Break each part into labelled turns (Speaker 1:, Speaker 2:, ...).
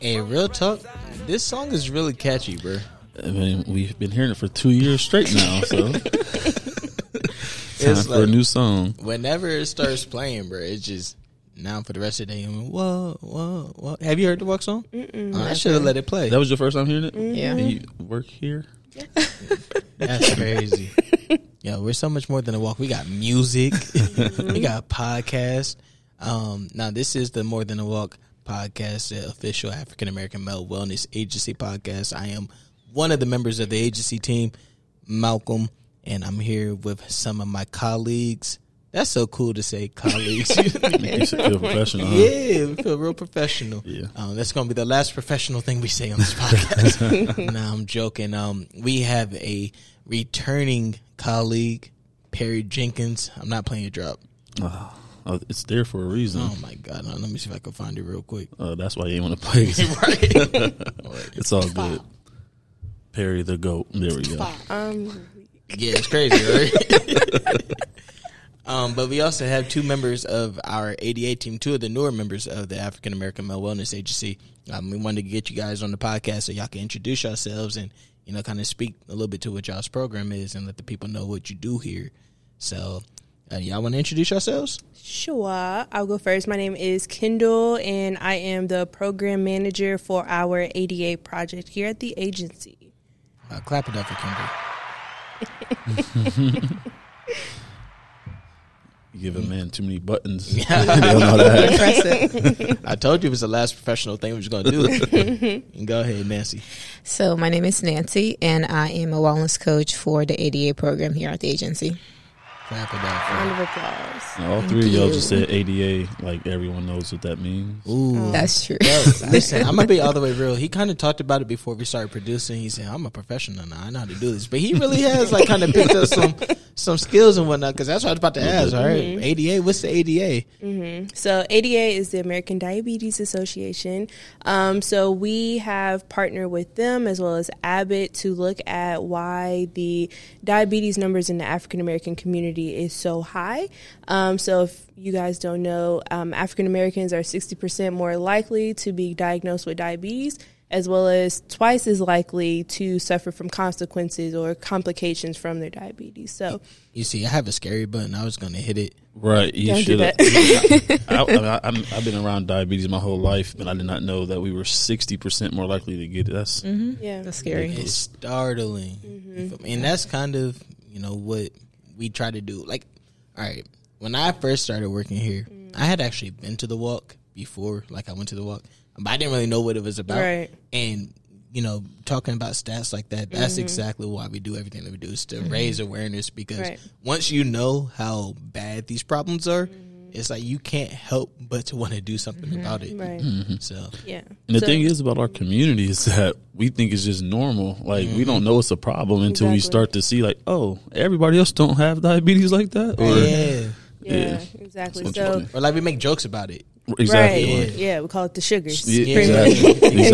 Speaker 1: Hey, real talk, this song is really catchy, bro.
Speaker 2: I mean, we've been hearing it for two years straight now, so time
Speaker 1: It's
Speaker 2: for a
Speaker 1: like-
Speaker 2: new song.
Speaker 1: Whenever it starts playing, bro, it's just now for the rest of the day. I'm like, whoa, whoa, whoa. Have you heard the walk song? Oh, I should have let it play.
Speaker 2: That was your first time hearing it.
Speaker 3: Mm-hmm. Yeah.
Speaker 2: And you work here.
Speaker 1: That's crazy. Yo, we're so much more than a walk. We got music. we got a podcast. Um, now this is the More Than a Walk podcast, the official African American male wellness agency podcast. I am one of the members of the agency team, Malcolm, and I'm here with some of my colleagues. That's so cool to say colleagues.
Speaker 2: You should feel professional. huh?
Speaker 1: Yeah, we feel real professional.
Speaker 2: Uh-huh. Yeah.
Speaker 1: Um, that's going to be the last professional thing we say on this podcast. no, I'm joking. Um, we have a returning colleague, Perry Jenkins. I'm not playing a drop.
Speaker 2: Oh, it's there for a reason.
Speaker 1: Oh my god! Hold on, let me see if I can find it real quick.
Speaker 2: Uh, that's why you ain't want to play. it.
Speaker 1: Right.
Speaker 2: It's all good. Perry the goat. There we go.
Speaker 1: Yeah, it's crazy, right? um, but we also have two members of our ADA team, two of the newer members of the African American Male Wellness Agency. Um, we wanted to get you guys on the podcast so y'all can introduce yourselves and you know kind of speak a little bit to what y'all's program is and let the people know what you do here. So, uh, y'all want to introduce yourselves?
Speaker 3: Sure. I'll go first. My name is Kendall, and I am the program manager for our ADA project here at the agency.
Speaker 1: Uh, clap it up for Kendall.
Speaker 2: You give a man too many buttons. they don't know that.
Speaker 1: I told you it was the last professional thing we was gonna do. Go ahead, Nancy.
Speaker 4: So my name is Nancy, and I am a wellness coach for the ADA program here at the agency.
Speaker 1: Clap it up.
Speaker 3: Round of applause.
Speaker 2: Now, all three of y'all just said ADA. Like everyone knows what that means.
Speaker 4: That's true.
Speaker 1: Listen, I'm gonna be all the way real. He kind of talked about it before we started producing. He said, "I'm a professional now. I know how to do this," but he really has like kind of picked up some some skills and whatnot. Because that's what I was about to ask. All right, ADA. What's the ADA?
Speaker 3: So, ADA is the American Diabetes Association. Um, so, we have partnered with them as well as Abbott to look at why the diabetes numbers in the African American community is so high. Um, so, if you guys don't know, um, African Americans are 60% more likely to be diagnosed with diabetes, as well as twice as likely to suffer from consequences or complications from their diabetes. So,
Speaker 1: You see, I have a scary button. I was gonna hit it.
Speaker 2: Right. You
Speaker 3: Don't do
Speaker 2: should. I,
Speaker 3: that.
Speaker 2: I, I, I'm, I've been around diabetes my whole life, and I did not know that we were sixty percent more likely to get it. That's
Speaker 3: yeah.
Speaker 4: That's scary.
Speaker 1: It's startling,
Speaker 3: Mm-hmm.
Speaker 1: You feel me? and that's kind of you know what we try to do. Like, all right, when I first started working here,
Speaker 3: Mm.
Speaker 1: I had actually been to the walk before. Like, I went to the walk, but I didn't really know what it was about.
Speaker 3: Right.
Speaker 1: And you know, talking about stats like that, that's
Speaker 3: Mm-hmm.
Speaker 1: exactly why we do everything that we do is to raise awareness because
Speaker 3: Right.
Speaker 1: once you know how bad these problems are. It's like you can't help but to want to do something about it.
Speaker 3: Mm-hmm. Right.
Speaker 1: So
Speaker 3: Yeah.
Speaker 2: And the
Speaker 3: So-
Speaker 2: thing is about our community is that we think it's just normal. Like we don't know it's a problem until we
Speaker 3: Mm-hmm. Exactly.
Speaker 2: start to see, like, oh, everybody else don't have diabetes like that. Or
Speaker 1: yeah,
Speaker 3: Yeah,
Speaker 2: Yeah.
Speaker 3: exactly.
Speaker 2: That's
Speaker 3: So,
Speaker 2: interesting.
Speaker 1: or like we make jokes about it.
Speaker 2: exactly.
Speaker 3: right,
Speaker 2: like-
Speaker 3: yeah, we call it the sugars.
Speaker 2: Yeah,
Speaker 3: pretty much.
Speaker 2: exactly. exactly.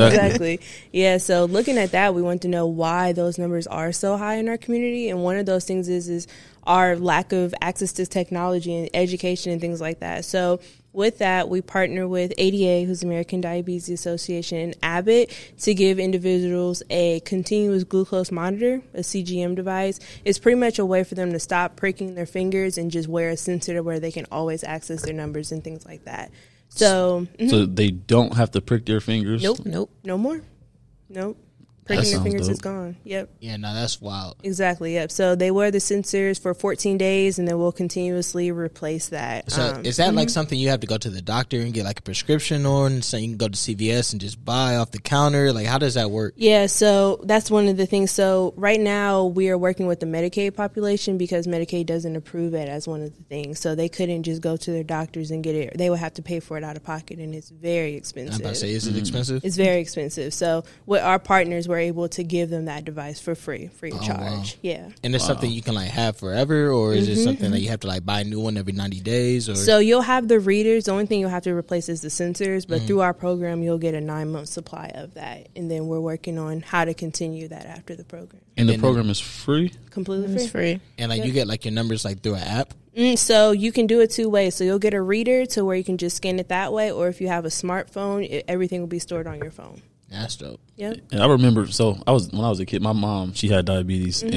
Speaker 3: exactly. Yeah. So looking at that, we want to know why those numbers are so high in our community, and one of those things is is our lack of access to technology and education and things like that. So. With that, we partner with ADA, who's the American Diabetes Association, and Abbott to give individuals a continuous glucose monitor, a CGM device. It's pretty much a way for them to stop pricking their fingers and just wear a sensor to where they can always access their numbers and things like that. So,
Speaker 2: So they don't have to prick their fingers.
Speaker 4: Nope, nope.
Speaker 3: no more. Nope. Pricking your
Speaker 2: sounds
Speaker 3: fingers is
Speaker 2: dope.
Speaker 3: gone. Yep.
Speaker 1: Yeah, no, that's wild.
Speaker 3: Exactly. Yep. So they wear the sensors for 14 days and then we'll continuously replace that.
Speaker 1: So
Speaker 3: Um,
Speaker 1: is that like something you have to go to the doctor and get like a prescription on? So you can go to CVS and just buy off the counter. Like how does that work?
Speaker 3: yeah, so that's one of the things. So right now we are working with the Medicaid population because Medicaid doesn't approve it as one of the things. So they couldn't just go to their doctors and get it. They would have to pay for it out of pocket and it's
Speaker 1: I'm
Speaker 3: very
Speaker 1: about to
Speaker 3: expensive.
Speaker 1: Mm-hmm. say, is it expensive?
Speaker 3: It's very expensive. So with our partners, were able to give them that device for free, free of
Speaker 1: Oh, wow.
Speaker 3: charge. Yeah.
Speaker 1: And it's something you can like have forever, or is it something that you have to like buy a new one every ninety days? Or
Speaker 3: So you'll have the readers. The only thing you'll have to replace is the sensors,
Speaker 2: Mm-hmm.
Speaker 3: but through our program, you'll get a nine month supply of that, and then we're working on how to continue that after the program.
Speaker 2: And the
Speaker 1: then-
Speaker 2: program is free.
Speaker 3: Completely free.
Speaker 4: It's free.
Speaker 1: and like you get like your numbers like through an app.
Speaker 3: Mm, so you can do it two ways. So you'll get a reader to where you can just scan it that way, or if you have a smartphone, it, everything will be stored on your phone.
Speaker 1: That's dope.
Speaker 3: Yep.
Speaker 2: And I remember, so I was when I was a kid, my mom she had diabetes,
Speaker 3: Mm-hmm.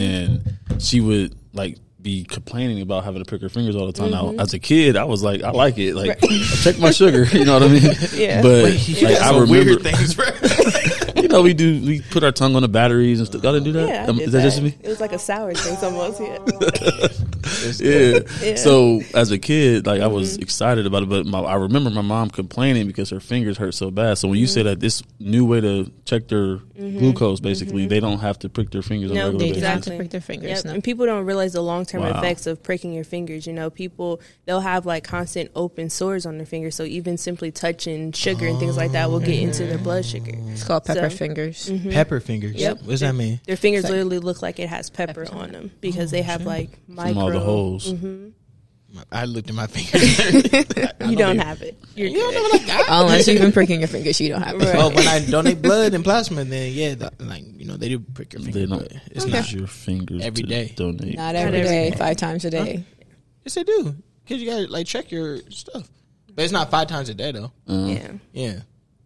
Speaker 2: and she would like be complaining about having to prick her fingers all the time.
Speaker 3: Mm-hmm.
Speaker 2: Now, as a kid, I was like, I like it, like check my sugar, you know what I mean?
Speaker 3: Yeah.
Speaker 2: But like, I remember,
Speaker 1: things, bro.
Speaker 2: you know, we do we put our tongue on the batteries and stuff. Y'all didn't do that?
Speaker 3: Yeah, I
Speaker 2: Um,
Speaker 3: did
Speaker 2: is that, just me?
Speaker 3: It was like a sour taste almost. Yeah.
Speaker 2: Yeah. So as a kid, like I was excited about it, but my, I remember my mom complaining because her fingers hurt so bad. So when you say that this new way to check their glucose, basically, they don't have to prick their fingers on a
Speaker 3: No,
Speaker 2: regular basis.
Speaker 3: exactly.
Speaker 4: Exactly. To prick their fingers.
Speaker 3: Yep.
Speaker 4: No.
Speaker 3: And people don't realize the long term
Speaker 2: Wow.
Speaker 3: effects of pricking your fingers. You know, people they'll have like constant open sores on their fingers. So even simply touching sugar and things like that will get into their blood sugar.
Speaker 4: It's called pepper
Speaker 3: So- mm-hmm.
Speaker 4: fingers.
Speaker 1: Pepper fingers.
Speaker 3: Yep.
Speaker 1: What does that mean?
Speaker 3: Their fingers literally look like it has pepper on them because
Speaker 4: Oh,
Speaker 3: they have like micro.
Speaker 2: From all the holes.
Speaker 1: I looked at my fingers.
Speaker 3: You don't have it. You're
Speaker 1: you don't
Speaker 3: good.
Speaker 1: know like I-
Speaker 4: Oh, Unless you've been pricking your fingers, you don't have it.
Speaker 3: Right.
Speaker 1: Well, when I donate blood and plasma, then yeah, th- like you know they do prick your finger.
Speaker 2: They don't
Speaker 1: but It's
Speaker 2: use
Speaker 1: not.
Speaker 2: your fingers
Speaker 1: Every
Speaker 2: to
Speaker 1: day.
Speaker 2: donate.
Speaker 4: Not every day, five times a day.
Speaker 1: Yes, they do. Cause you gotta like check your stuff, but it's not five times a day though.
Speaker 3: Yeah.
Speaker 1: Yeah.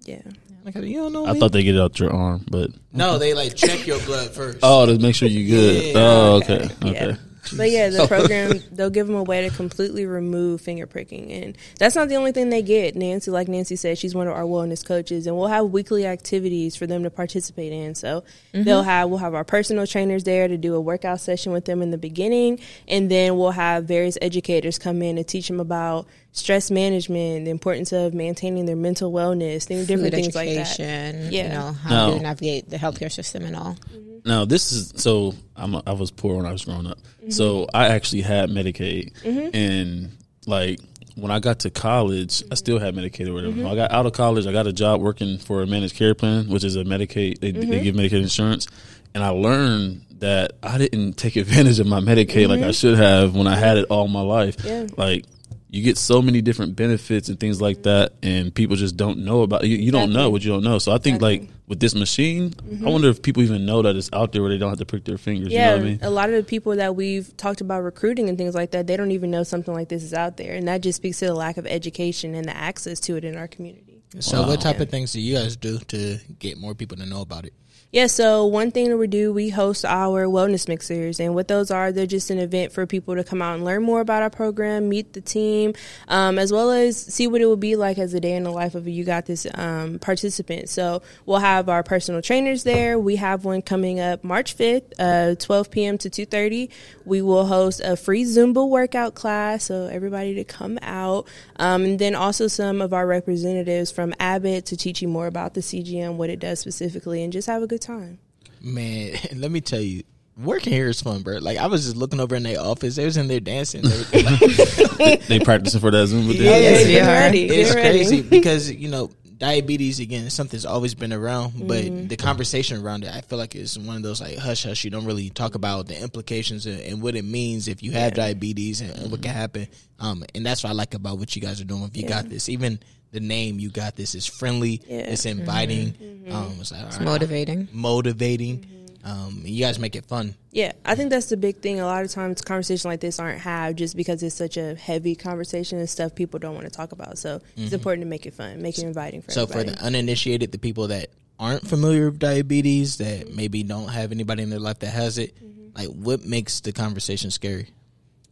Speaker 3: Yeah.
Speaker 1: Like you don't know.
Speaker 2: I
Speaker 1: me.
Speaker 2: thought they get it out your arm, but
Speaker 1: no, they like check your blood first.
Speaker 2: oh, to make sure you good.
Speaker 1: Yeah.
Speaker 2: oh, okay, okay.
Speaker 3: Yeah. But yeah, the program they'll give them a way to completely remove finger pricking, and that's not the only thing they get. Nancy, like Nancy said, she's one of our wellness coaches, and we'll have weekly activities for them to participate in. So
Speaker 4: Mm-hmm.
Speaker 3: they'll have we'll have our personal trainers there to do a workout session with them in the beginning, and then we'll have various educators come in and teach them about stress management, the importance of maintaining their mental wellness, things, different
Speaker 4: Food
Speaker 3: things like that.
Speaker 4: education, you
Speaker 3: Yeah.
Speaker 4: know, how
Speaker 2: No.
Speaker 4: to navigate the healthcare system and all.
Speaker 2: Now this is so I'm a, I was poor when I was growing up, so I actually had Medicaid, and like when I got to college, I still had Medicaid or whatever. When I got out of college, I got a job working for a managed care plan, which is a Medicaid they, they give Medicaid insurance, and I learned that I didn't take advantage of my Medicaid like I should have when I had it all my life.
Speaker 3: Yeah.
Speaker 2: Like you get so many different benefits and things like that, and people just don't know about you. You don't know what you don't know. So I think like with this machine, I wonder if people even know that it's out there where they don't have to prick their fingers.
Speaker 3: Yeah,
Speaker 2: You know what I mean?
Speaker 3: a lot of the people that we've talked about recruiting and things like that, they don't even know something like this is out there, and that just speaks to the lack of education and the access to it in our community.
Speaker 1: So, what type of things do you guys do to get more people to know about it?
Speaker 3: Yeah, so one thing that we do, we host our wellness mixers, and what those are, they're just an event for people to come out and learn more about our program, meet the team, um, as well as see what it would be like as a day in the life of a you got this um, participant. So we'll have our personal trainers there. We have one coming up March fifth, uh, twelve p.m. to two thirty. We will host a free Zumba workout class, so everybody to come out, um, and then also some of our representatives from Abbott to teach you more about the CGM, what it does specifically, and just have a good time.
Speaker 1: Man, let me tell you, working here is fun, bro. Like I was just looking over in their office, they was in there dancing. and everything. Like,
Speaker 2: they practicing for that Zoom.
Speaker 1: Yeah.
Speaker 2: Yeah.
Speaker 1: Yes,
Speaker 3: get
Speaker 4: they are.
Speaker 3: ready, get
Speaker 1: it's
Speaker 3: ready.
Speaker 1: crazy because you know diabetes again is something that's always been around, but
Speaker 3: Mm-hmm.
Speaker 1: the conversation around it, I feel like it's one of those like hush hush. You don't really talk about the implications and, and what it means if you have diabetes and, and what can
Speaker 3: Mm-hmm.
Speaker 1: happen. Um, and that's what I like about what you guys are doing. If you got this, even the name you got this is friendly,
Speaker 3: Yeah. Mm-hmm.
Speaker 1: it's inviting, um, it's, like, all right,
Speaker 4: Motivating.
Speaker 1: motivating.
Speaker 3: Mm-hmm.
Speaker 1: Um, and you guys make it fun.
Speaker 3: Yeah, I think that's the big thing. A lot of times, conversations like this aren't had just because it's such a heavy conversation and stuff people don't want to talk about. So it's important to make it fun, make it inviting for
Speaker 1: Mm-hmm. So
Speaker 3: everybody.
Speaker 1: for the uninitiated, the people that aren't familiar with diabetes, that maybe don't have anybody in their life that has it,
Speaker 3: Mm-hmm.
Speaker 1: like what makes the conversation scary?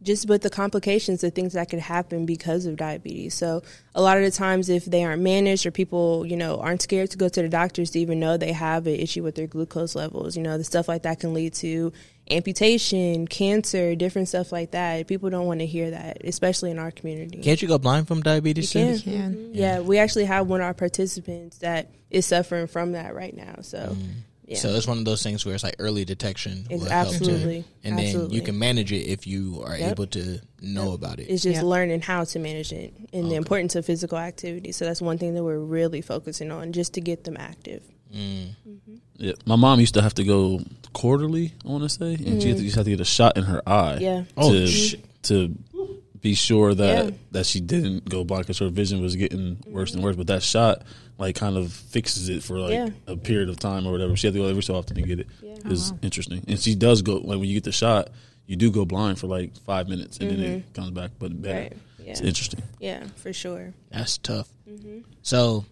Speaker 3: just with the complications, the things that could happen because of diabetes. So a lot of the times, if they aren't managed or people, you know, aren't scared to go to the doctors to even know they have an issue with their glucose levels, you know, the stuff like that can lead to amputation, cancer, different stuff like that. People don't want to hear that, especially in our community.
Speaker 1: Can't you go blind from diabetes?
Speaker 3: You
Speaker 1: too?
Speaker 3: can. Yeah, we actually have one of our participants that is suffering from that right now. So, yeah.
Speaker 1: So it's one of those things where it's like early detection.
Speaker 3: Ex-
Speaker 1: will help too.
Speaker 3: absolutely.
Speaker 1: And then
Speaker 3: Absolutely.
Speaker 1: you can manage it if you are
Speaker 3: Yep.
Speaker 1: able to know about it.
Speaker 3: It's just
Speaker 4: Yeah.
Speaker 3: learning how to manage it and the importance of physical activity. So that's one thing that we're really focusing on, just to get them active.
Speaker 2: Yeah, my mom used to have to go quarterly. I want to say, and she had to, used to have to get a shot in her eye.
Speaker 3: Mm. Yeah.
Speaker 1: Oh,
Speaker 2: to,
Speaker 1: shit.
Speaker 2: to be sure that
Speaker 3: Yeah.
Speaker 2: that she didn't go blind because her vision was getting worse and worse. But that shot, like, kind of fixes it for like
Speaker 3: Yeah.
Speaker 2: a period of time or whatever. She had to go every so often to get it.
Speaker 3: Yeah.
Speaker 2: It
Speaker 1: Oh,
Speaker 2: was interesting, and she does go like when you get the shot, you do go blind for like five minutes, and then it comes back, but better.
Speaker 3: Mm-hmm. Right.
Speaker 2: It's
Speaker 3: Yeah.
Speaker 2: interesting.
Speaker 3: Yeah, for sure.
Speaker 1: That's tough.
Speaker 3: Mm-hmm.
Speaker 1: So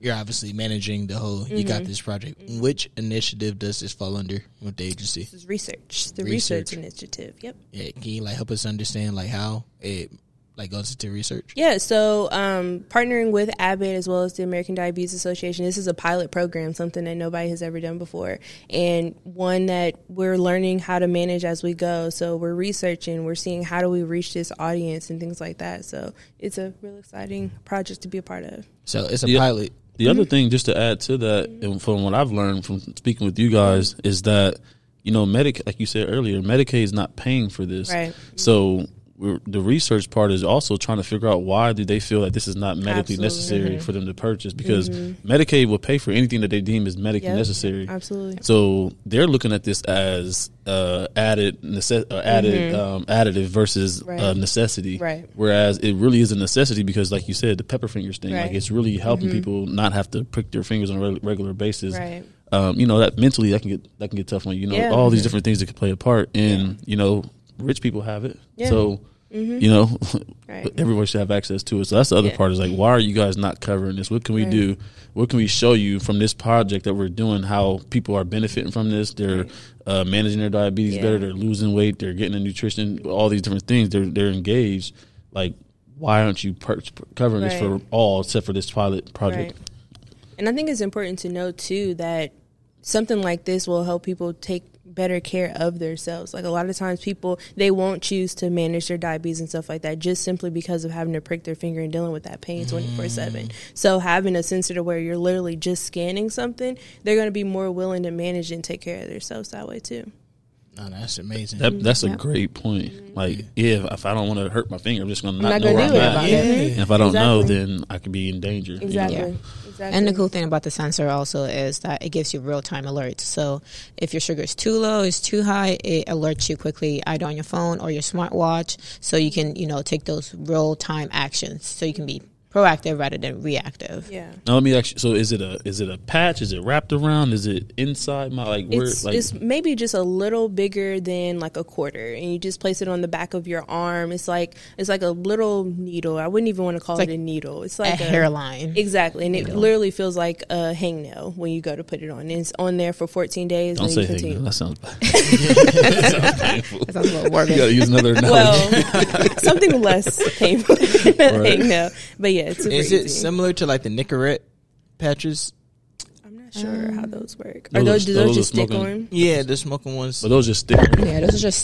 Speaker 1: you're obviously managing the whole. You
Speaker 3: Mm-hmm.
Speaker 1: got this project. Which initiative does this fall under with the agency?
Speaker 3: This is research, the
Speaker 1: Research.
Speaker 3: research initiative. Yep.
Speaker 1: Yeah, can you like help us understand like how it like goes into research?
Speaker 3: Yeah, so um, partnering with Abbott as well as the American Diabetes Association, this is a pilot program, something that nobody has ever done before, and one that we're learning how to manage as we go. So we're researching, we're seeing how do we reach this audience and things like that. So it's a real exciting project to be a part of.
Speaker 1: So it's a
Speaker 2: Yeah.
Speaker 1: pilot.
Speaker 2: The other
Speaker 3: Mm-hmm.
Speaker 2: thing, just to add to that, and from what I've learned from speaking with you guys, is that you know, Medic, like you said earlier, Medicaid is not paying for this.
Speaker 3: Right.
Speaker 2: So we're, the research part is also trying to figure out why do they feel that this is not medically
Speaker 3: Absolutely. Mm-hmm.
Speaker 2: necessary for them to purchase because Medicaid will pay for anything that they deem is medically
Speaker 3: Yep.
Speaker 2: necessary.
Speaker 3: Absolutely.
Speaker 2: So they're looking at this as uh, added necess- uh, added um, additive versus uh,
Speaker 3: Mm-hmm. Right.
Speaker 2: necessity.
Speaker 3: Right.
Speaker 2: Whereas it really is a necessity because, like you said, the pepper fingers thing, like
Speaker 3: Right. Mm-hmm.
Speaker 2: it's really helping people not have to prick their fingers on a reg- regular basis.
Speaker 3: Right.
Speaker 2: Um, you know that mentally that can get that can get tough on you. You know
Speaker 3: Yeah.
Speaker 2: all these different things that can play a part, and you know rich people have it.
Speaker 3: Yeah. Mm-hmm.
Speaker 2: So you know
Speaker 3: Right.
Speaker 2: everyone should have access to it. So that's the other
Speaker 3: Yeah.
Speaker 2: part is like why are you guys not covering this? What can we do? What can we show you from this project that we're doing? How people are benefiting from this? They're uh, managing their diabetes
Speaker 3: Yeah.
Speaker 2: better. They're losing weight. They're getting a nutrition. All these different things. They're they're engaged. Like why aren't you per- covering this for
Speaker 3: Right.
Speaker 2: all except for this pilot project?
Speaker 3: Right. And I think it's important to know too that something like this will help people take better care of themselves. Like a lot of times people they won't choose to manage their diabetes and stuff like that just simply because of having to prick their finger and dealing with that pain 24/7. So having a sensor to where you're literally just scanning something, they're going to be more willing to manage and take care of themselves that way too.
Speaker 1: No, that's amazing.
Speaker 2: That, that's a
Speaker 4: Yeah.
Speaker 2: great point. Like, yeah, if, if I don't want to hurt my finger, I'm just gonna not,
Speaker 3: not
Speaker 2: know
Speaker 3: gonna
Speaker 2: where I'm
Speaker 3: do it
Speaker 2: at.
Speaker 3: about
Speaker 1: it. Yeah.
Speaker 2: And if I don't know,
Speaker 3: Exactly.
Speaker 2: then I could be in danger. you know?
Speaker 3: Exactly.
Speaker 4: Yeah.
Speaker 3: Exactly.
Speaker 4: And the cool thing about the sensor also is that it gives you real time alerts. So if your sugar is too low, it's too high, it alerts you quickly either on your phone or your smartwatch. So you can, you know, take those real time actions. So you can be proactive rather than reactive.
Speaker 3: yeah.
Speaker 2: Now let me actually. So is it a is it a patch? Is it wrapped around? Is it inside my like? Where,
Speaker 3: It's,
Speaker 2: like
Speaker 3: it's maybe just a little bigger than like a quarter, and you just place it on the back of your arm. It's like it's like a little needle. I wouldn't even want to call
Speaker 4: It's
Speaker 3: it
Speaker 4: like
Speaker 3: a needle. It's
Speaker 4: A
Speaker 3: like
Speaker 4: hairline.
Speaker 3: Exactly, and it literally feels like a hangnail when you go to put it on. And it's on there for 14 days.
Speaker 2: don't
Speaker 3: and
Speaker 2: say
Speaker 3: you
Speaker 2: hey,
Speaker 3: continue.
Speaker 2: no, that sounds bad. that sounds painful.
Speaker 4: That sounds a little
Speaker 2: You
Speaker 4: morbid.
Speaker 2: gotta use another analogy.
Speaker 3: Well, something less painful than a hangnail, but yeah, it's super
Speaker 1: Is
Speaker 3: easy.
Speaker 1: it similar to like the Nicorette patches?
Speaker 3: I'm not sure how those work.
Speaker 2: Um, Those are-
Speaker 3: Are those, do those,
Speaker 2: those are
Speaker 3: just stick
Speaker 2: smoking-
Speaker 3: on?
Speaker 1: Yeah, the smoking ones.
Speaker 2: but those just stick.
Speaker 4: Yeah, those are just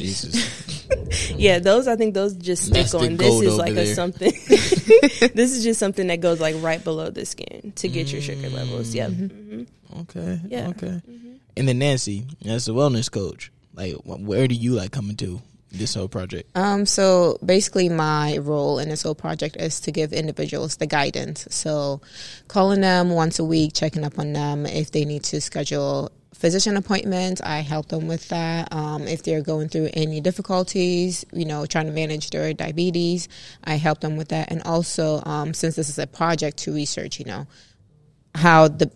Speaker 1: Jesus,
Speaker 3: Yeah, those I think those just stick
Speaker 1: That's the
Speaker 3: on. This
Speaker 1: gold
Speaker 3: is
Speaker 1: over
Speaker 3: like a
Speaker 1: there.
Speaker 3: something. this is just something that goes like right below the skin to get your sugar
Speaker 1: Mm-hmm.
Speaker 3: levels. Yep.
Speaker 4: Mm-hmm.
Speaker 1: Okay.
Speaker 3: Yeah.
Speaker 1: Okay. Mm-hmm. And then Nancy, as a wellness coach, like wh- where do you like come into this whole project?
Speaker 4: Um, so basically, my role in this whole project is to give individuals the guidance. So, calling them once a week, checking up on them if they need to schedule physician appointments. I help them with that. Um, if they're going through any difficulties, you know, trying to manage their diabetes, I help them with that. And also, um, since this is a project to research, you know, how the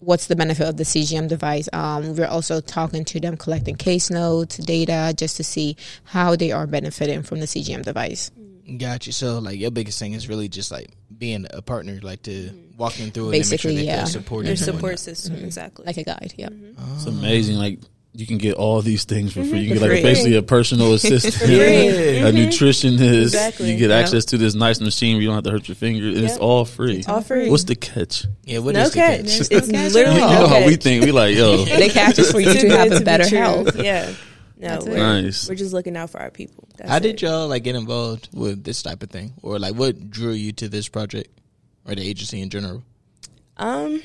Speaker 4: what's the benefit of the CGM device. Um, we're also talking to them, collecting case notes, data, just to see how they are benefiting from the CGM device.
Speaker 1: Got you. So like your biggest thing is really just like being a partner, like to walking through it and
Speaker 4: Basically,
Speaker 1: make sure
Speaker 4: yeah.
Speaker 1: that they're supported.
Speaker 3: Your
Speaker 1: and whatnot.
Speaker 3: support system,
Speaker 4: Mm-hmm.
Speaker 3: exactly.
Speaker 4: Like a guide, yeah.
Speaker 2: It's amazing. Like you can get all these things for free.
Speaker 3: Mhm.
Speaker 2: You can get like
Speaker 4: free.
Speaker 2: basically a personal assistant,
Speaker 3: free. Mm-hmm.
Speaker 2: a nutritionist.
Speaker 3: Exactly.
Speaker 2: You get
Speaker 4: Yeah.
Speaker 2: access to this nice machine where you don't have to hurt your finger. and It's
Speaker 3: Yep.
Speaker 2: all free.
Speaker 3: all free.
Speaker 2: What's the catch?
Speaker 1: Yeah, what
Speaker 3: no
Speaker 1: is the
Speaker 3: catch.
Speaker 1: catch?
Speaker 3: It's
Speaker 4: catch at
Speaker 3: literally
Speaker 2: You
Speaker 4: all.
Speaker 2: know
Speaker 3: no
Speaker 2: how we
Speaker 3: catch.
Speaker 2: think. We like, yo,
Speaker 4: They catch us for you
Speaker 3: Too
Speaker 4: to have
Speaker 3: good
Speaker 4: a
Speaker 3: be
Speaker 4: better
Speaker 3: true.
Speaker 4: health.
Speaker 3: Yeah. No,
Speaker 4: That's it.
Speaker 3: we're,
Speaker 2: nice.
Speaker 3: we're just looking out for our people. That's
Speaker 1: How did
Speaker 3: it.
Speaker 1: y'all like get involved with this type of thing, or like what drew you to this project or the agency in general?
Speaker 3: Um,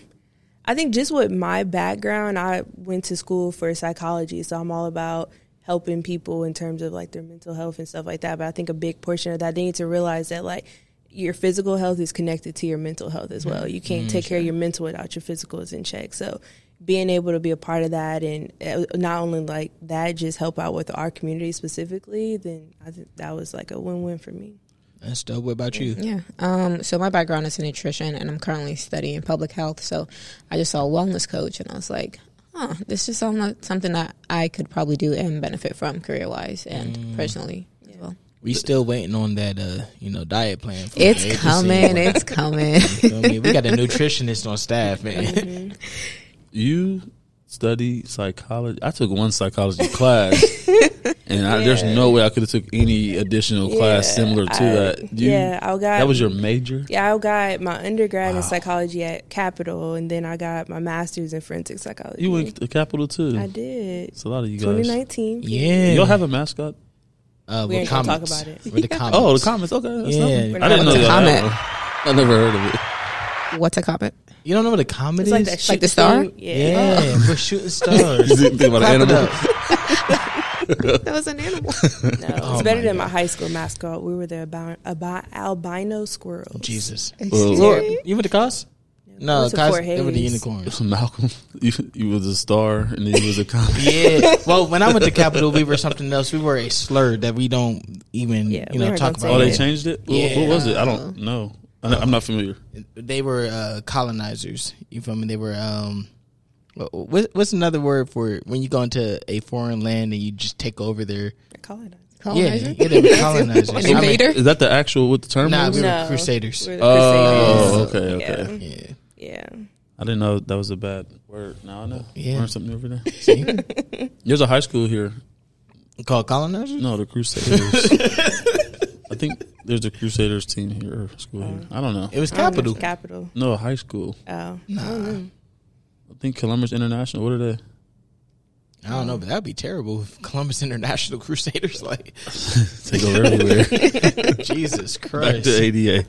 Speaker 3: I think just with my background, I went to school for psychology, so I'm all about helping people in terms of like their mental health and stuff like that. But I think a big portion of that, they need to realize that like your physical health is connected to your mental health as well. You can't take care of your mental without your physical is in check. So being able to be a part of that and uh, not only like that, just help out with our community specifically, then I think that was like a win win for me.
Speaker 1: That's dope. What about you?
Speaker 4: Yeah. Um, so my background is in nutrition, and I'm currently studying public health. So I just saw a wellness coach, and I was like, "Huh, this is some- something that I could probably do and benefit from career wise and
Speaker 2: Mm.
Speaker 4: personally as well."
Speaker 1: We still waiting on that, uh, you know, diet plan. For the
Speaker 4: It's
Speaker 1: agency.
Speaker 4: coming. It's coming.
Speaker 1: You feel me? We got a nutritionist on staff, man.
Speaker 2: you study psychology. I took one psychology class, and I, there's no way I could have took any additional class
Speaker 3: Yeah,
Speaker 2: similar to
Speaker 3: I-
Speaker 2: that. You-
Speaker 3: yeah, I got
Speaker 2: that was your major.
Speaker 3: Yeah, I got my undergrad in psychology at Capital, and then I got my master's in forensic psychology.
Speaker 2: You went to Capital too.
Speaker 3: I did.
Speaker 2: It's a lot of you guys.
Speaker 3: 2019.
Speaker 1: Yeah.
Speaker 2: Y'all have a mascot?
Speaker 1: uh,
Speaker 3: We
Speaker 1: with
Speaker 3: ain't gonna talk
Speaker 1: comments.
Speaker 3: about it.
Speaker 1: With the comments.
Speaker 2: Oh, the comments. Okay, that's
Speaker 1: Yeah.
Speaker 2: nothing. I
Speaker 3: What's
Speaker 2: didn't know
Speaker 4: a
Speaker 2: y'all had
Speaker 4: comment?
Speaker 2: one. I never heard of it.
Speaker 4: What's a comment?
Speaker 1: You don't know what a comment
Speaker 3: It's
Speaker 1: is?
Speaker 3: like that Oh. shoot
Speaker 4: Like the star?
Speaker 3: thing. Yeah.
Speaker 1: yeah, we're shooting stars.
Speaker 2: You didn't think about
Speaker 1: Clap it
Speaker 2: animal?
Speaker 1: up.
Speaker 4: That was an animal.
Speaker 3: No, it's
Speaker 1: Oh
Speaker 3: better
Speaker 1: my
Speaker 3: than my high school mascot. We were the about, about albino squirrels.
Speaker 1: Jesus.
Speaker 2: Well,
Speaker 1: Lord, you went to Cos?
Speaker 3: I
Speaker 1: No,
Speaker 3: went to
Speaker 1: Cos,
Speaker 3: Fort
Speaker 1: they were the
Speaker 3: Hayes.
Speaker 1: unicorns.
Speaker 2: Malcolm, you, you was a star, and then you was a comment.
Speaker 1: Yeah. Well, when I went to Capitol, we were something else. We were a slur that we don't even,
Speaker 3: Yeah,
Speaker 1: you
Speaker 3: we
Speaker 1: know,
Speaker 3: aren't
Speaker 1: talk
Speaker 3: gonna
Speaker 1: about.
Speaker 2: Oh, they
Speaker 3: Yeah.
Speaker 2: changed it. Wh-
Speaker 1: Yeah.
Speaker 2: What was it? I don't know. I, I'm not familiar.
Speaker 1: they were uh, colonizers. You feel me? They were um, wha- what, what's another word for when you go into a foreign land and you just take over their
Speaker 3: I call it a-
Speaker 1: yeah,
Speaker 4: Colonizer?
Speaker 1: yeah, they were colonizers.
Speaker 4: An
Speaker 1: I mean,
Speaker 4: invader?
Speaker 2: Is that the actual what the term
Speaker 1: Nah,
Speaker 2: was?
Speaker 1: we were
Speaker 3: No.
Speaker 1: crusaders.
Speaker 3: We're the
Speaker 2: Oh, okay,
Speaker 3: Crusaders.
Speaker 2: okay.
Speaker 1: yeah.
Speaker 3: Yeah. yeah.
Speaker 2: I didn't know that was a bad word. Now I know.
Speaker 1: Yeah.
Speaker 2: Learn something every day.
Speaker 1: See?
Speaker 2: There's a high school here.
Speaker 1: Called colonizers?
Speaker 2: No, the Crusaders. I think there's a Crusaders team here. Or school here. I don't know.
Speaker 1: Oh. It was
Speaker 3: I don't know.
Speaker 1: capital.
Speaker 3: Capital.
Speaker 2: No, high school.
Speaker 3: Oh. I don't know.
Speaker 2: I think Columbus International. What are they?
Speaker 1: I don't know, but that'd be terrible if Columbus International Crusaders like
Speaker 2: They go everywhere.
Speaker 1: Jesus
Speaker 2: Back
Speaker 1: Christ.
Speaker 2: to ADA.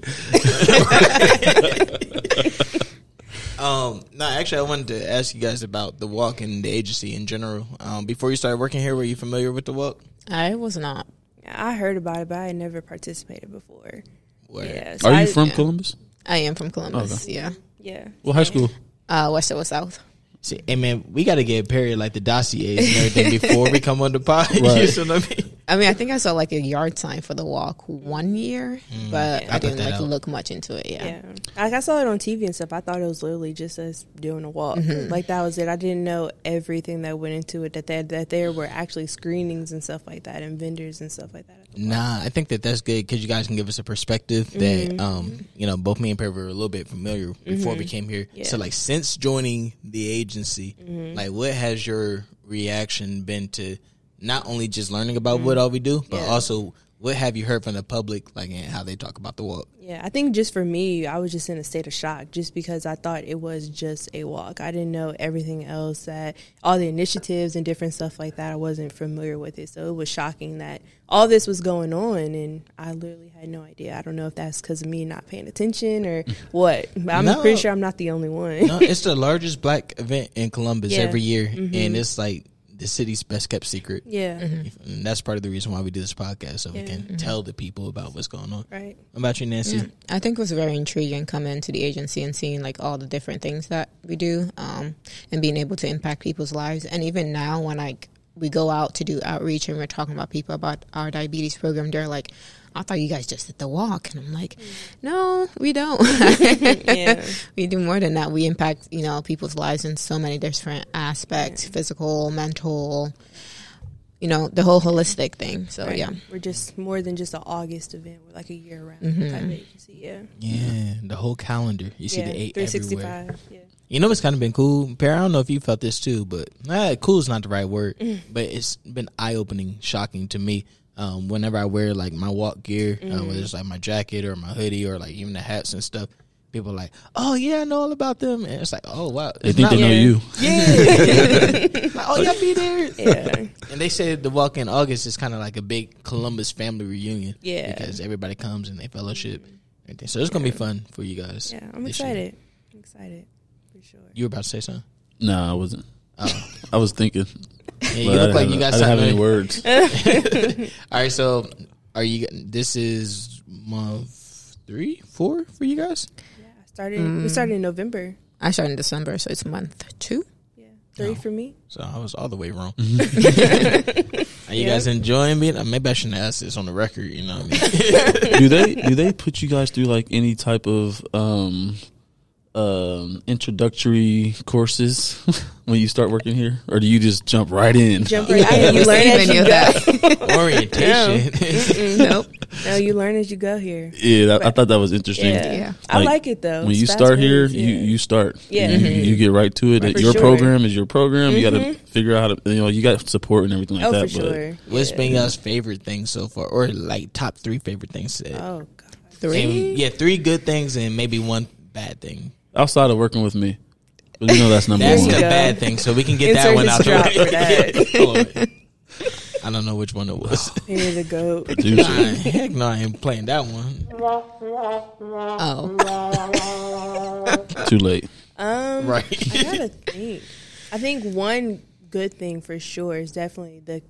Speaker 1: Um, no, actually, I wanted to ask you guys about the walk and the agency in general. Um, before you started working here, were you familiar with the walk?
Speaker 4: I was not.
Speaker 3: I heard about it, but I had never participated before.
Speaker 1: Where?
Speaker 3: Yeah. so
Speaker 2: Are
Speaker 3: I-
Speaker 2: you from Columbus?
Speaker 4: I am from Columbus. Yeah.
Speaker 3: Yeah.
Speaker 2: What high school?
Speaker 4: Uh, West or South.
Speaker 1: See, hey man, we got to get Perry like the dossiers and everything before we come on the pod. you
Speaker 2: Right.
Speaker 1: see what I mean?
Speaker 4: I mean, I think I saw like a yard sign for the walk one year, but I,
Speaker 1: Mm. I put
Speaker 4: didn't
Speaker 1: that
Speaker 4: like
Speaker 1: out.
Speaker 4: look much into it. Yeah.
Speaker 3: Yeah. Like I saw it on TV and stuff. I thought it was literally just us doing a walk. Like that was it. I didn't know everything that went into it. That there, that there were actually screenings and stuff like that, and vendors and stuff like that.
Speaker 1: Nah, I think that that's good because you guys can give us a perspective that um, you know both me and Perry were a little bit familiar before we came here. So like since joining the agency, like what has your reaction been to not only just learning about what all we do, but also what have you heard from the public, like and how they talk about the walk?
Speaker 3: Yeah, I think just for me, I was just in a state of shock just because I thought it was just a walk. I didn't know everything else that all the initiatives and different stuff like that. I wasn't familiar with it. So it was shocking that all this was going on and I literally had no idea. I don't know if that's because of me not paying attention or what. But I'm
Speaker 1: No.
Speaker 3: pretty sure I'm not the only one.
Speaker 1: No, it's the largest black event in Columbus
Speaker 3: Yeah.
Speaker 1: every year, and it's like the city's best kept secret.
Speaker 3: Yeah.
Speaker 1: And that's part of the reason why we do this podcast, so we can tell the people about what's going on.
Speaker 3: Mm-hmm. Right. Mm.
Speaker 1: What about you, Nancy?
Speaker 4: Mm, I think it was very intriguing coming to the agency and seeing like all the different things that we do um, and being able to impact people's lives. And even now, when like we go out to do outreach and we're talking about people about our diabetes program, they're like, "I thought you guys just did the walk," and I'm like, "No, we don't.
Speaker 3: Mm. Yeah.
Speaker 4: we do more than that. We impact you know people's lives in so many different aspects: physical, mental." You know the whole holistic thing. So
Speaker 3: Right.
Speaker 4: yeah,
Speaker 3: We're just more than just an August event. We're like a year round type of agency. Yeah.
Speaker 1: Yeah, the whole calendar. You see
Speaker 3: yeah.
Speaker 1: the eight everywhere.
Speaker 3: 365. Yeah.
Speaker 1: You know, it's kind of been cool, Perry. I don't know if you felt this too, but eh, cool is not the right word.
Speaker 3: Mm.
Speaker 1: But it's been eye opening, shocking to me. Um, whenever I wear like my walk gear,
Speaker 3: Mm.
Speaker 1: uh, whether it's like my jacket or my hoodie or like even the hats and stuff, people are like, "Oh yeah, I know all about them," and it's like, "Oh wow."
Speaker 2: They
Speaker 1: It's
Speaker 2: think
Speaker 1: not
Speaker 2: they know
Speaker 1: like-
Speaker 2: you.
Speaker 1: Yeah. Like, oh yeah, be there.
Speaker 3: Yeah.
Speaker 1: And they said the walk in August is kind of like a big Columbus family reunion.
Speaker 3: Yeah.
Speaker 1: because everybody comes and they fellowship. and everything. So it's gonna be fun for you guys.
Speaker 3: Yeah, I'm
Speaker 1: this year.
Speaker 3: excited. I'm excited for sure.
Speaker 1: You were about to say something.
Speaker 2: Nah, I wasn't.
Speaker 1: Oh.
Speaker 2: I was thinking.
Speaker 1: Yeah, you
Speaker 2: but I
Speaker 1: look like
Speaker 2: didn't
Speaker 1: you got
Speaker 2: have- I didn't have any
Speaker 1: something. All
Speaker 2: words.
Speaker 1: right, so are you? This is month three, four for you guys.
Speaker 3: Yeah, I started. We started in November.
Speaker 4: I started in December, so it's month two.
Speaker 3: Yeah, Three for me.
Speaker 1: So I was all the way wrong.
Speaker 2: Mm-hmm.
Speaker 1: Are you guys enjoying me? Uh, Maybe I shouldn't ask this on the record. You know what I mean?
Speaker 2: do they do they put you guys through like any type of um um introductory courses when you start working here or do you just jump right in
Speaker 3: Jump right in. You learn as you go.
Speaker 4: that.
Speaker 1: Orientation.
Speaker 4: nope.
Speaker 3: No, you learn as you go here.
Speaker 2: yeah that, i thought that was interesting
Speaker 3: Yeah.
Speaker 4: Yeah.
Speaker 3: I
Speaker 2: Like,
Speaker 3: like it though.
Speaker 2: when you
Speaker 3: It's
Speaker 2: start
Speaker 3: fast
Speaker 2: here
Speaker 3: paced,
Speaker 2: you
Speaker 3: yeah.
Speaker 2: you start
Speaker 3: Yeah. Mm-hmm.
Speaker 2: you, you get right to it
Speaker 3: For
Speaker 2: your
Speaker 3: sure. Mm-hmm.
Speaker 2: program is your program you gotta figure out how to you know you got support and everything like
Speaker 3: Oh,
Speaker 2: that
Speaker 3: for
Speaker 2: but
Speaker 3: sure.
Speaker 1: What's been y'all's favorite things so far, or like top three favorite things? that-
Speaker 3: Oh God.
Speaker 4: Three.
Speaker 1: And, yeah, three good things and maybe one bad thing.
Speaker 2: outside of working with me but you know that's number
Speaker 1: That's
Speaker 2: one
Speaker 1: the
Speaker 3: go.
Speaker 1: bad thing. So we can get that
Speaker 3: Insert
Speaker 1: one
Speaker 3: his
Speaker 1: out the
Speaker 3: drop
Speaker 1: way.
Speaker 3: for that.
Speaker 1: Yeah, Lord. I don't know which one it was.
Speaker 3: Here the goat.
Speaker 1: Nah,
Speaker 2: Producer.
Speaker 1: heck no, I ain't playing that one.
Speaker 4: Oh.
Speaker 2: too late
Speaker 3: Um,
Speaker 1: Right.
Speaker 3: I gotta think. I think one good thing for sure is definitely the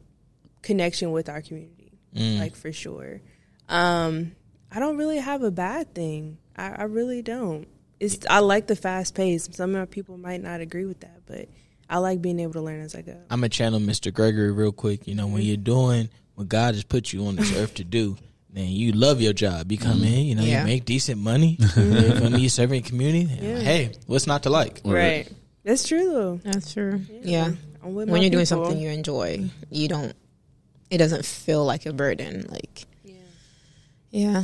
Speaker 3: connection with our community.
Speaker 4: Mm.
Speaker 3: Like for sure. Um, I don't really have a bad thing. I, I really don't. It's I like the fast pace. Some of my people might not agree with that, but I like being able to learn as I go.
Speaker 1: I'm gonna channel Mr. Gregory real quick. You know, when you're doing what God has put you on this earth to do, then you love your job. You come in, you know,
Speaker 4: Yeah.
Speaker 1: you make decent money. You feel me? You serving the community. and, Hey, what's not to like?
Speaker 2: Right.
Speaker 3: That's true though.
Speaker 4: That's true. Yeah.
Speaker 3: I'm with
Speaker 4: When
Speaker 3: my
Speaker 4: you're doing
Speaker 3: people.
Speaker 4: something you enjoy, you don't. It doesn't feel like a burden. Like.
Speaker 3: Yeah.
Speaker 4: Yeah.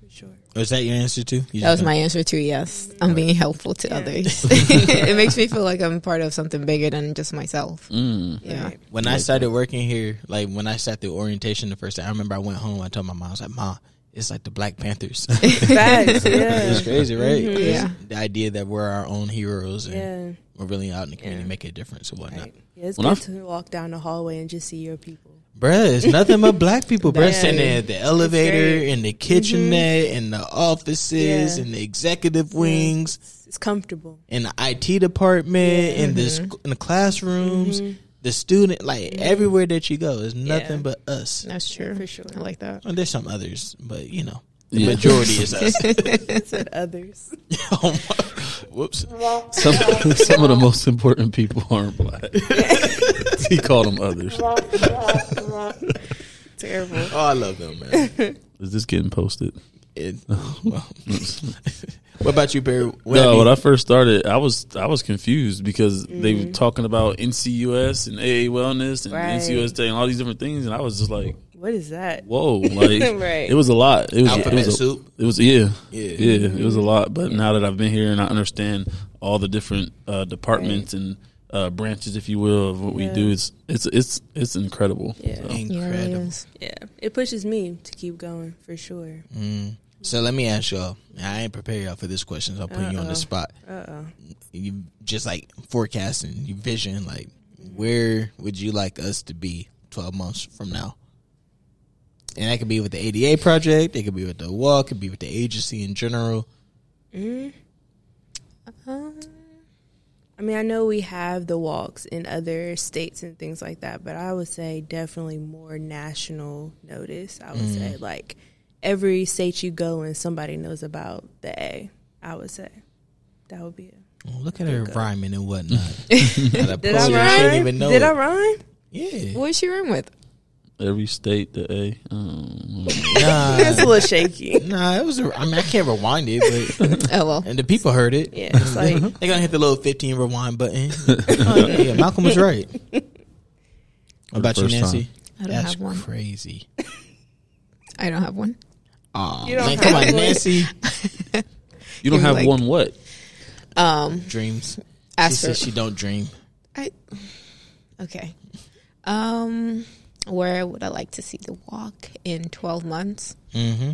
Speaker 3: for sure.
Speaker 1: Was that your answer too? You
Speaker 4: That was
Speaker 1: just-
Speaker 4: my answer too. Yes, I'm being helpful to others. it makes me feel like I'm part of something bigger than just myself.
Speaker 2: Mm.
Speaker 4: Yeah.
Speaker 3: Right.
Speaker 1: When I started working here, like when I sat through orientation the first time, I remember I went home. I told my mom, I was like, "Ma, it's like the Black Panthers."
Speaker 3: Facts, yeah.
Speaker 1: it's crazy, right?
Speaker 4: Yeah.
Speaker 1: The idea that we're our own heroes and
Speaker 3: Yeah.
Speaker 1: we're really out in the community making a difference and whatnot.
Speaker 3: Right. Yeah, it's
Speaker 2: When
Speaker 3: good
Speaker 2: I-
Speaker 3: to walk down the hallway and just see your people.
Speaker 1: Bruh, it's nothing but black people, bruh.
Speaker 4: That's
Speaker 1: Sitting
Speaker 4: true.
Speaker 1: there at the elevator,
Speaker 3: great. Mm-hmm.
Speaker 1: in the kitchenette, in the offices,
Speaker 3: Yeah.
Speaker 1: in the executive wings,
Speaker 3: It's comfortable.
Speaker 1: in the IT department, in the
Speaker 3: Mm-hmm.
Speaker 1: sc- in the classrooms, the student, like everywhere that you go, it's nothing
Speaker 3: Yeah.
Speaker 1: but us.
Speaker 4: That's true.
Speaker 3: For sure.
Speaker 4: I like that.
Speaker 1: Well, there's some others, but you know, the
Speaker 2: Yeah.
Speaker 1: majority is us.
Speaker 3: It said others.
Speaker 1: Oh my- Whoops.
Speaker 2: Some some of the most important people aren't black. he called them others.
Speaker 3: Terrible.
Speaker 1: Oh, I love them, man.
Speaker 2: Is this getting posted?
Speaker 1: It- well. what about you, Barry? What have
Speaker 2: no,
Speaker 1: you-
Speaker 2: when I first started, I was I was confused because they were talking about NCUS and AA Wellness and
Speaker 3: Mm-hmm. Right.
Speaker 2: NCUS Day and all these different things, and I was just like,
Speaker 3: What is that?
Speaker 2: whoa, like
Speaker 3: Right.
Speaker 2: it was a lot. It was
Speaker 1: Alphabet
Speaker 2: it was a,
Speaker 1: soup.
Speaker 2: It was yeah,
Speaker 1: Yeah.
Speaker 2: yeah, Mm-hmm. It was a lot, but now that I've been here and I understand all the different uh, departments and uh, branches, if you will, of what
Speaker 3: Yeah.
Speaker 2: we do, it's it's it's it's incredible.
Speaker 3: Yeah.
Speaker 2: So.
Speaker 4: Yeah, it
Speaker 1: Incredible.
Speaker 4: is.
Speaker 3: Yeah, it pushes me to keep going for sure.
Speaker 1: Mm. So let me ask y'all. I ain't prepare y'all for this question, so I'm putting you on
Speaker 3: Uh-oh.
Speaker 1: the spot.
Speaker 3: Uh oh.
Speaker 1: You just like forecasting, you vision, like where would you like us to be 12 months from now? And that could be with the ADA project, it could be with the walk, it could be with the agency in general.
Speaker 3: Uh, I mean, I know we have the walks in other states and things like that, but I would say definitely more national notice. I would
Speaker 1: Mm.
Speaker 3: say like every state you go in, somebody knows about the A. I would say that would be it.
Speaker 1: Well, look at her rhyming and whatnot.
Speaker 3: Did I
Speaker 1: not
Speaker 3: rhyme?
Speaker 1: even know
Speaker 3: Did
Speaker 1: it.
Speaker 3: I rhyme?
Speaker 1: Yeah.
Speaker 4: What is she room with?
Speaker 2: Every state, the A. Um,
Speaker 3: It's a
Speaker 1: Nah,
Speaker 3: little shaky.
Speaker 1: nah, it was, a, I mean, I can't rewind it, but,
Speaker 4: Oh well.
Speaker 1: and the people heard it.
Speaker 3: Yeah, it's like
Speaker 1: They're gonna hit the little fifteen rewind button. oh, yeah, yeah, Malcolm was right. What about you,
Speaker 2: first
Speaker 1: Nancy?
Speaker 4: I don't
Speaker 1: That's
Speaker 4: have one.
Speaker 1: crazy.
Speaker 4: I don't have one.
Speaker 1: Aw,
Speaker 3: You don't
Speaker 1: man, come
Speaker 3: have
Speaker 1: on,
Speaker 3: one.
Speaker 1: Nancy.
Speaker 2: you don't
Speaker 4: You're
Speaker 2: have
Speaker 4: like-
Speaker 2: one what?
Speaker 4: Um.
Speaker 1: Dreams. She
Speaker 4: As for
Speaker 1: says she don't dream.
Speaker 4: I. Okay. Um. Where would I like to see the walk in 12 months?
Speaker 1: Mm-hmm.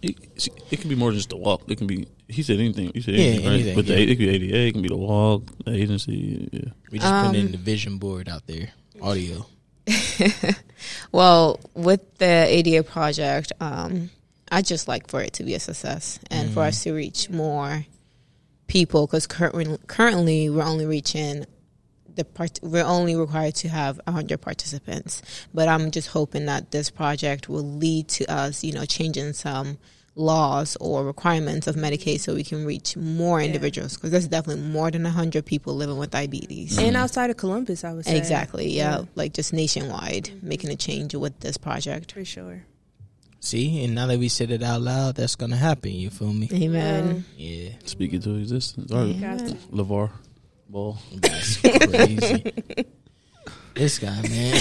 Speaker 2: It, it can be more than just the walk. It can be. He said anything. You said
Speaker 1: Yeah,
Speaker 2: anything, right?
Speaker 1: anything,
Speaker 2: but
Speaker 1: yeah.
Speaker 2: the, it could be ADA. It can be the walk. The agency. Yeah.
Speaker 1: We just put
Speaker 3: Um,
Speaker 1: in the vision board out there. Audio.
Speaker 4: Well, with the ADA project, um, I just like for it to be a success and for us to reach more people because currently we're only reaching the part we're only required to have 100 participants but i'm just hoping that this project will lead to us you know changing some laws or requirements of Medicaid so we can reach more individuals because there's definitely more than 100 people living with diabetes.
Speaker 3: and outside of Columbus, I would say
Speaker 4: Exactly, yeah, Like just nationwide, making a change with this project.
Speaker 3: for sure.
Speaker 1: See, and now that we said it out loud, that's gonna happen. You feel me?
Speaker 4: Amen.
Speaker 1: Yeah,
Speaker 2: Speaking to existence. All right.
Speaker 3: Gotcha.
Speaker 2: LeVar Ball.
Speaker 1: that's crazy. this guy, man.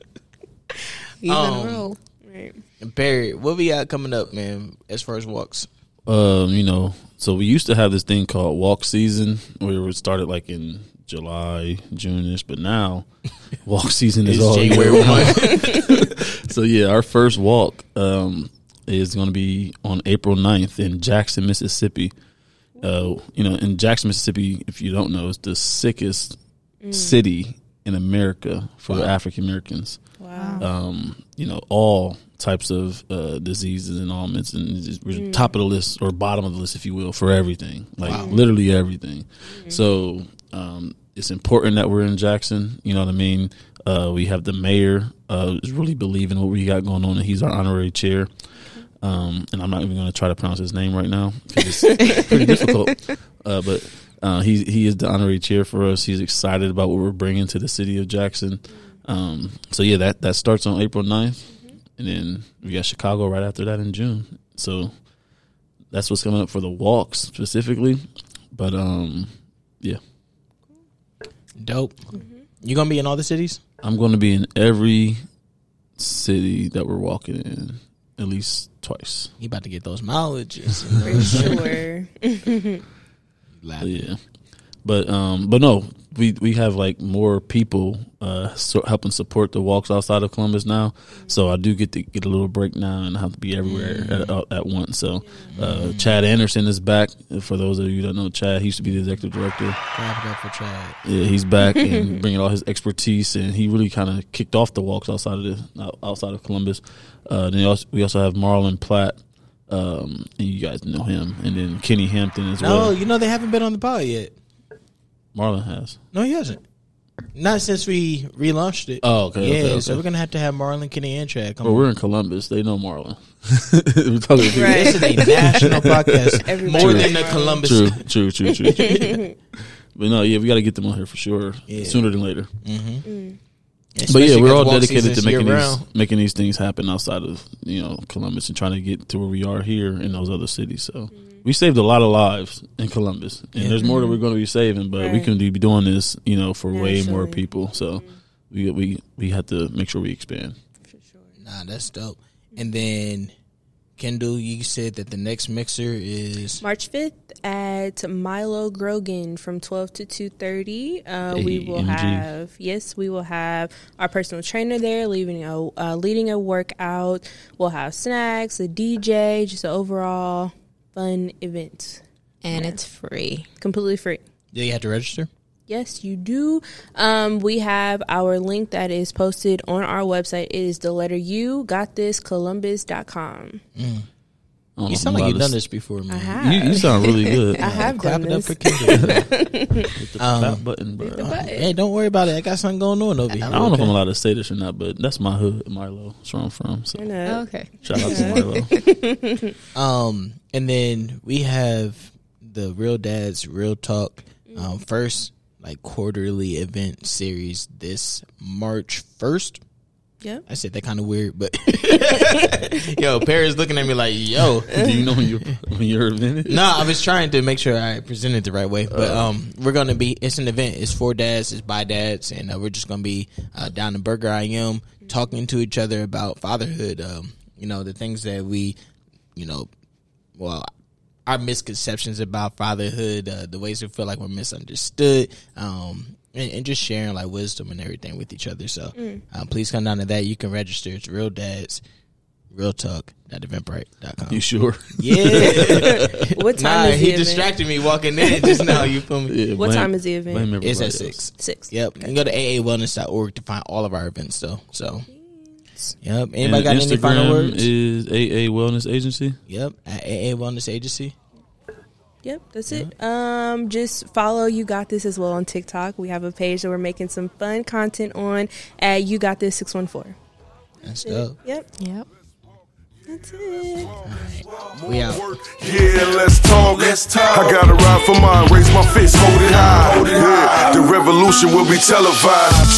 Speaker 4: Even
Speaker 1: Um,
Speaker 4: roll.
Speaker 3: Right.
Speaker 1: Barry, what we got coming up, man? As far as walks,
Speaker 2: Um, you know, so we used to have this thing called walk season where it started like in July, June ish, but now walk season is
Speaker 1: It's
Speaker 2: all year
Speaker 1: January
Speaker 2: round. so yeah, our first walk um is gonna be on April 9th in Jackson, Mississippi. Uh, you know, in Jackson, Mississippi, if you don't know, it's the sickest city in America for African Americans
Speaker 3: Wow.
Speaker 2: um, you know, all types of uh, diseases and ailments, and just- we're top of the list or bottom of the list, if you will, for everything, like literally everything. So um, it's important that we're in Jackson. You know what I mean? Uh, we have the mayor uh, is really believing what we got going on, and he's our honorary chair. Um, and I'm not even going to try to pronounce his name right now because it's pretty difficult. Uh, but uh, he he is the honorary chair for us. He's excited about what we're bringing to the city of Jackson. Um, so yeah, that that starts on April 9th. and then we got Chicago right after that in June. So that's what's coming up for the walks specifically. But um, yeah,
Speaker 1: dope. Mm-hmm. You gonna be in all the cities?
Speaker 2: I'm going to be in every city that we're walking in at least twice.
Speaker 1: You about to get those mileages? you know?
Speaker 3: For sure.
Speaker 1: Laughing.
Speaker 2: Yeah, but um, but no, we we have like more people uh so helping support the walks outside of Columbus now. So I do get to get a little break now and have to be everywhere at, at, at once. So uh, Chad Anderson is back. For those of you that know Chad, he used to be the executive director.
Speaker 1: Clap it up for Chad.
Speaker 2: Yeah, he's back and bringing all his expertise, and he really kind of kicked off the walks outside of the out- outside of Columbus. Uh, then also, we also have Marlon Platt, um, and you guys know him, and then Kenny Hampton as
Speaker 1: No,
Speaker 2: well.
Speaker 1: you know they haven't been on the pod yet.
Speaker 2: Marlon has.
Speaker 1: No, he hasn't. Not since we relaunched it.
Speaker 2: Oh, okay,
Speaker 1: yeah.
Speaker 2: okay, okay.
Speaker 1: So we're gonna have to have Marlon, Kenny, and Chad come.
Speaker 2: But
Speaker 1: on.
Speaker 2: we're in Columbus. They know Marlon. We're talking about people.
Speaker 3: Right.
Speaker 1: This is a national podcast,
Speaker 3: Everybody
Speaker 1: more
Speaker 3: knows
Speaker 1: than the
Speaker 3: Marlon.
Speaker 1: Columbus.
Speaker 2: True, true, true, true. true. but no, yeah, we got to get them on here for sure,
Speaker 1: Yeah.
Speaker 2: sooner than later.
Speaker 1: Especially
Speaker 2: but yeah, we're
Speaker 1: 'cause
Speaker 2: all
Speaker 1: walk
Speaker 2: dedicated to
Speaker 1: season's
Speaker 2: making
Speaker 1: year-round.
Speaker 2: these making these things happen outside of you know Columbus and trying to get to where we are here in those other cities. So
Speaker 1: Mm-hmm.
Speaker 2: we saved a lot of lives in Columbus, and there's more that we're going to be saving, but we
Speaker 3: Right.
Speaker 2: can be doing this you know for way more
Speaker 3: Naturally.
Speaker 2: people. So
Speaker 1: Mm-hmm.
Speaker 2: we we we have to make sure we expand.
Speaker 3: For sure.
Speaker 1: Nah, that's dope. And then Kendall, you said that the next mixer is
Speaker 3: March 5th at Milo Grogan from 12 to 2:30. Uh, we will
Speaker 2: AMG.
Speaker 3: have yes, we will have our personal trainer there leading a uh, leading a workout. We'll have snacks, a DJ, just an overall fun event.
Speaker 4: And it's free.
Speaker 3: Completely free.
Speaker 1: yeah, you have to register.
Speaker 3: Yes, you do. Um, we have our link that is posted on our website. It is the letter U, got this, columbus.com.
Speaker 2: I don't
Speaker 1: You
Speaker 2: know,
Speaker 1: sound
Speaker 2: I'm
Speaker 1: like you've
Speaker 2: about
Speaker 1: done
Speaker 2: to-
Speaker 1: this before, man.
Speaker 2: You, you sound really good.
Speaker 3: I have
Speaker 1: Clap
Speaker 3: done
Speaker 1: it up
Speaker 3: this.
Speaker 1: for Kendall.
Speaker 2: Hit the
Speaker 1: Um,
Speaker 2: clap button, bro.
Speaker 1: hey, don't worry about it. I got something going on over here.
Speaker 2: I don't know if I'm allowed to say this or not, but that's my hood, Milo. That's where I'm from. So
Speaker 3: Uh,
Speaker 4: Okay.
Speaker 2: shout out to Milo.
Speaker 1: Um, and then we have the Real Dads Real Talk
Speaker 3: Mm.
Speaker 1: um, first like quarterly event series this March first.
Speaker 3: Yep.
Speaker 1: I said that kind of weird, but yo, Perry's looking at me like, yo,
Speaker 2: Do you know when you're when you're invented?
Speaker 1: no, I was trying to make sure I presented the right way, but um, we're gonna be. It's an event. It's for dads. It's by dads, and uh, we're just gonna be uh, down in Burger I Am talking to each other about fatherhood. Um, you know the things that we, you know, well, our misconceptions about fatherhood, uh, the ways we feel like we're misunderstood, um, and, and just sharing like wisdom and everything with each other. So uh, please come down to that. You can register. It's real dads. Real talk at eventbrite.com.
Speaker 2: You sure?
Speaker 1: Yeah.
Speaker 3: What
Speaker 1: nah,
Speaker 3: time is
Speaker 1: he
Speaker 3: the event?
Speaker 1: distracted me walking in just now. You feel me?
Speaker 2: Yeah,
Speaker 3: What
Speaker 2: blame-
Speaker 3: time is the event?
Speaker 2: blame
Speaker 1: It's
Speaker 2: everybody
Speaker 1: at
Speaker 2: else.
Speaker 1: six.
Speaker 3: Six.
Speaker 1: Yep. You can go to aawellness.org to find all of our events, though. So, yep. Anybody
Speaker 2: And
Speaker 1: got
Speaker 2: Instagram
Speaker 1: any final words?
Speaker 2: is AA Wellness Agency.
Speaker 1: yep. At AA Wellness Agency.
Speaker 3: Yep, that's it. Um, just follow You Got This as well on TikTok. We have a page that we're making some fun content on at You Got This six one four.
Speaker 1: That's dope.
Speaker 3: Yep.
Speaker 4: Yep.
Speaker 3: That's it.
Speaker 1: We out.
Speaker 5: Yeah, let's talk. Let's talk. I gotta ride for mine. Raise my fist, hold it high. Hold it high. The revolution will be televised.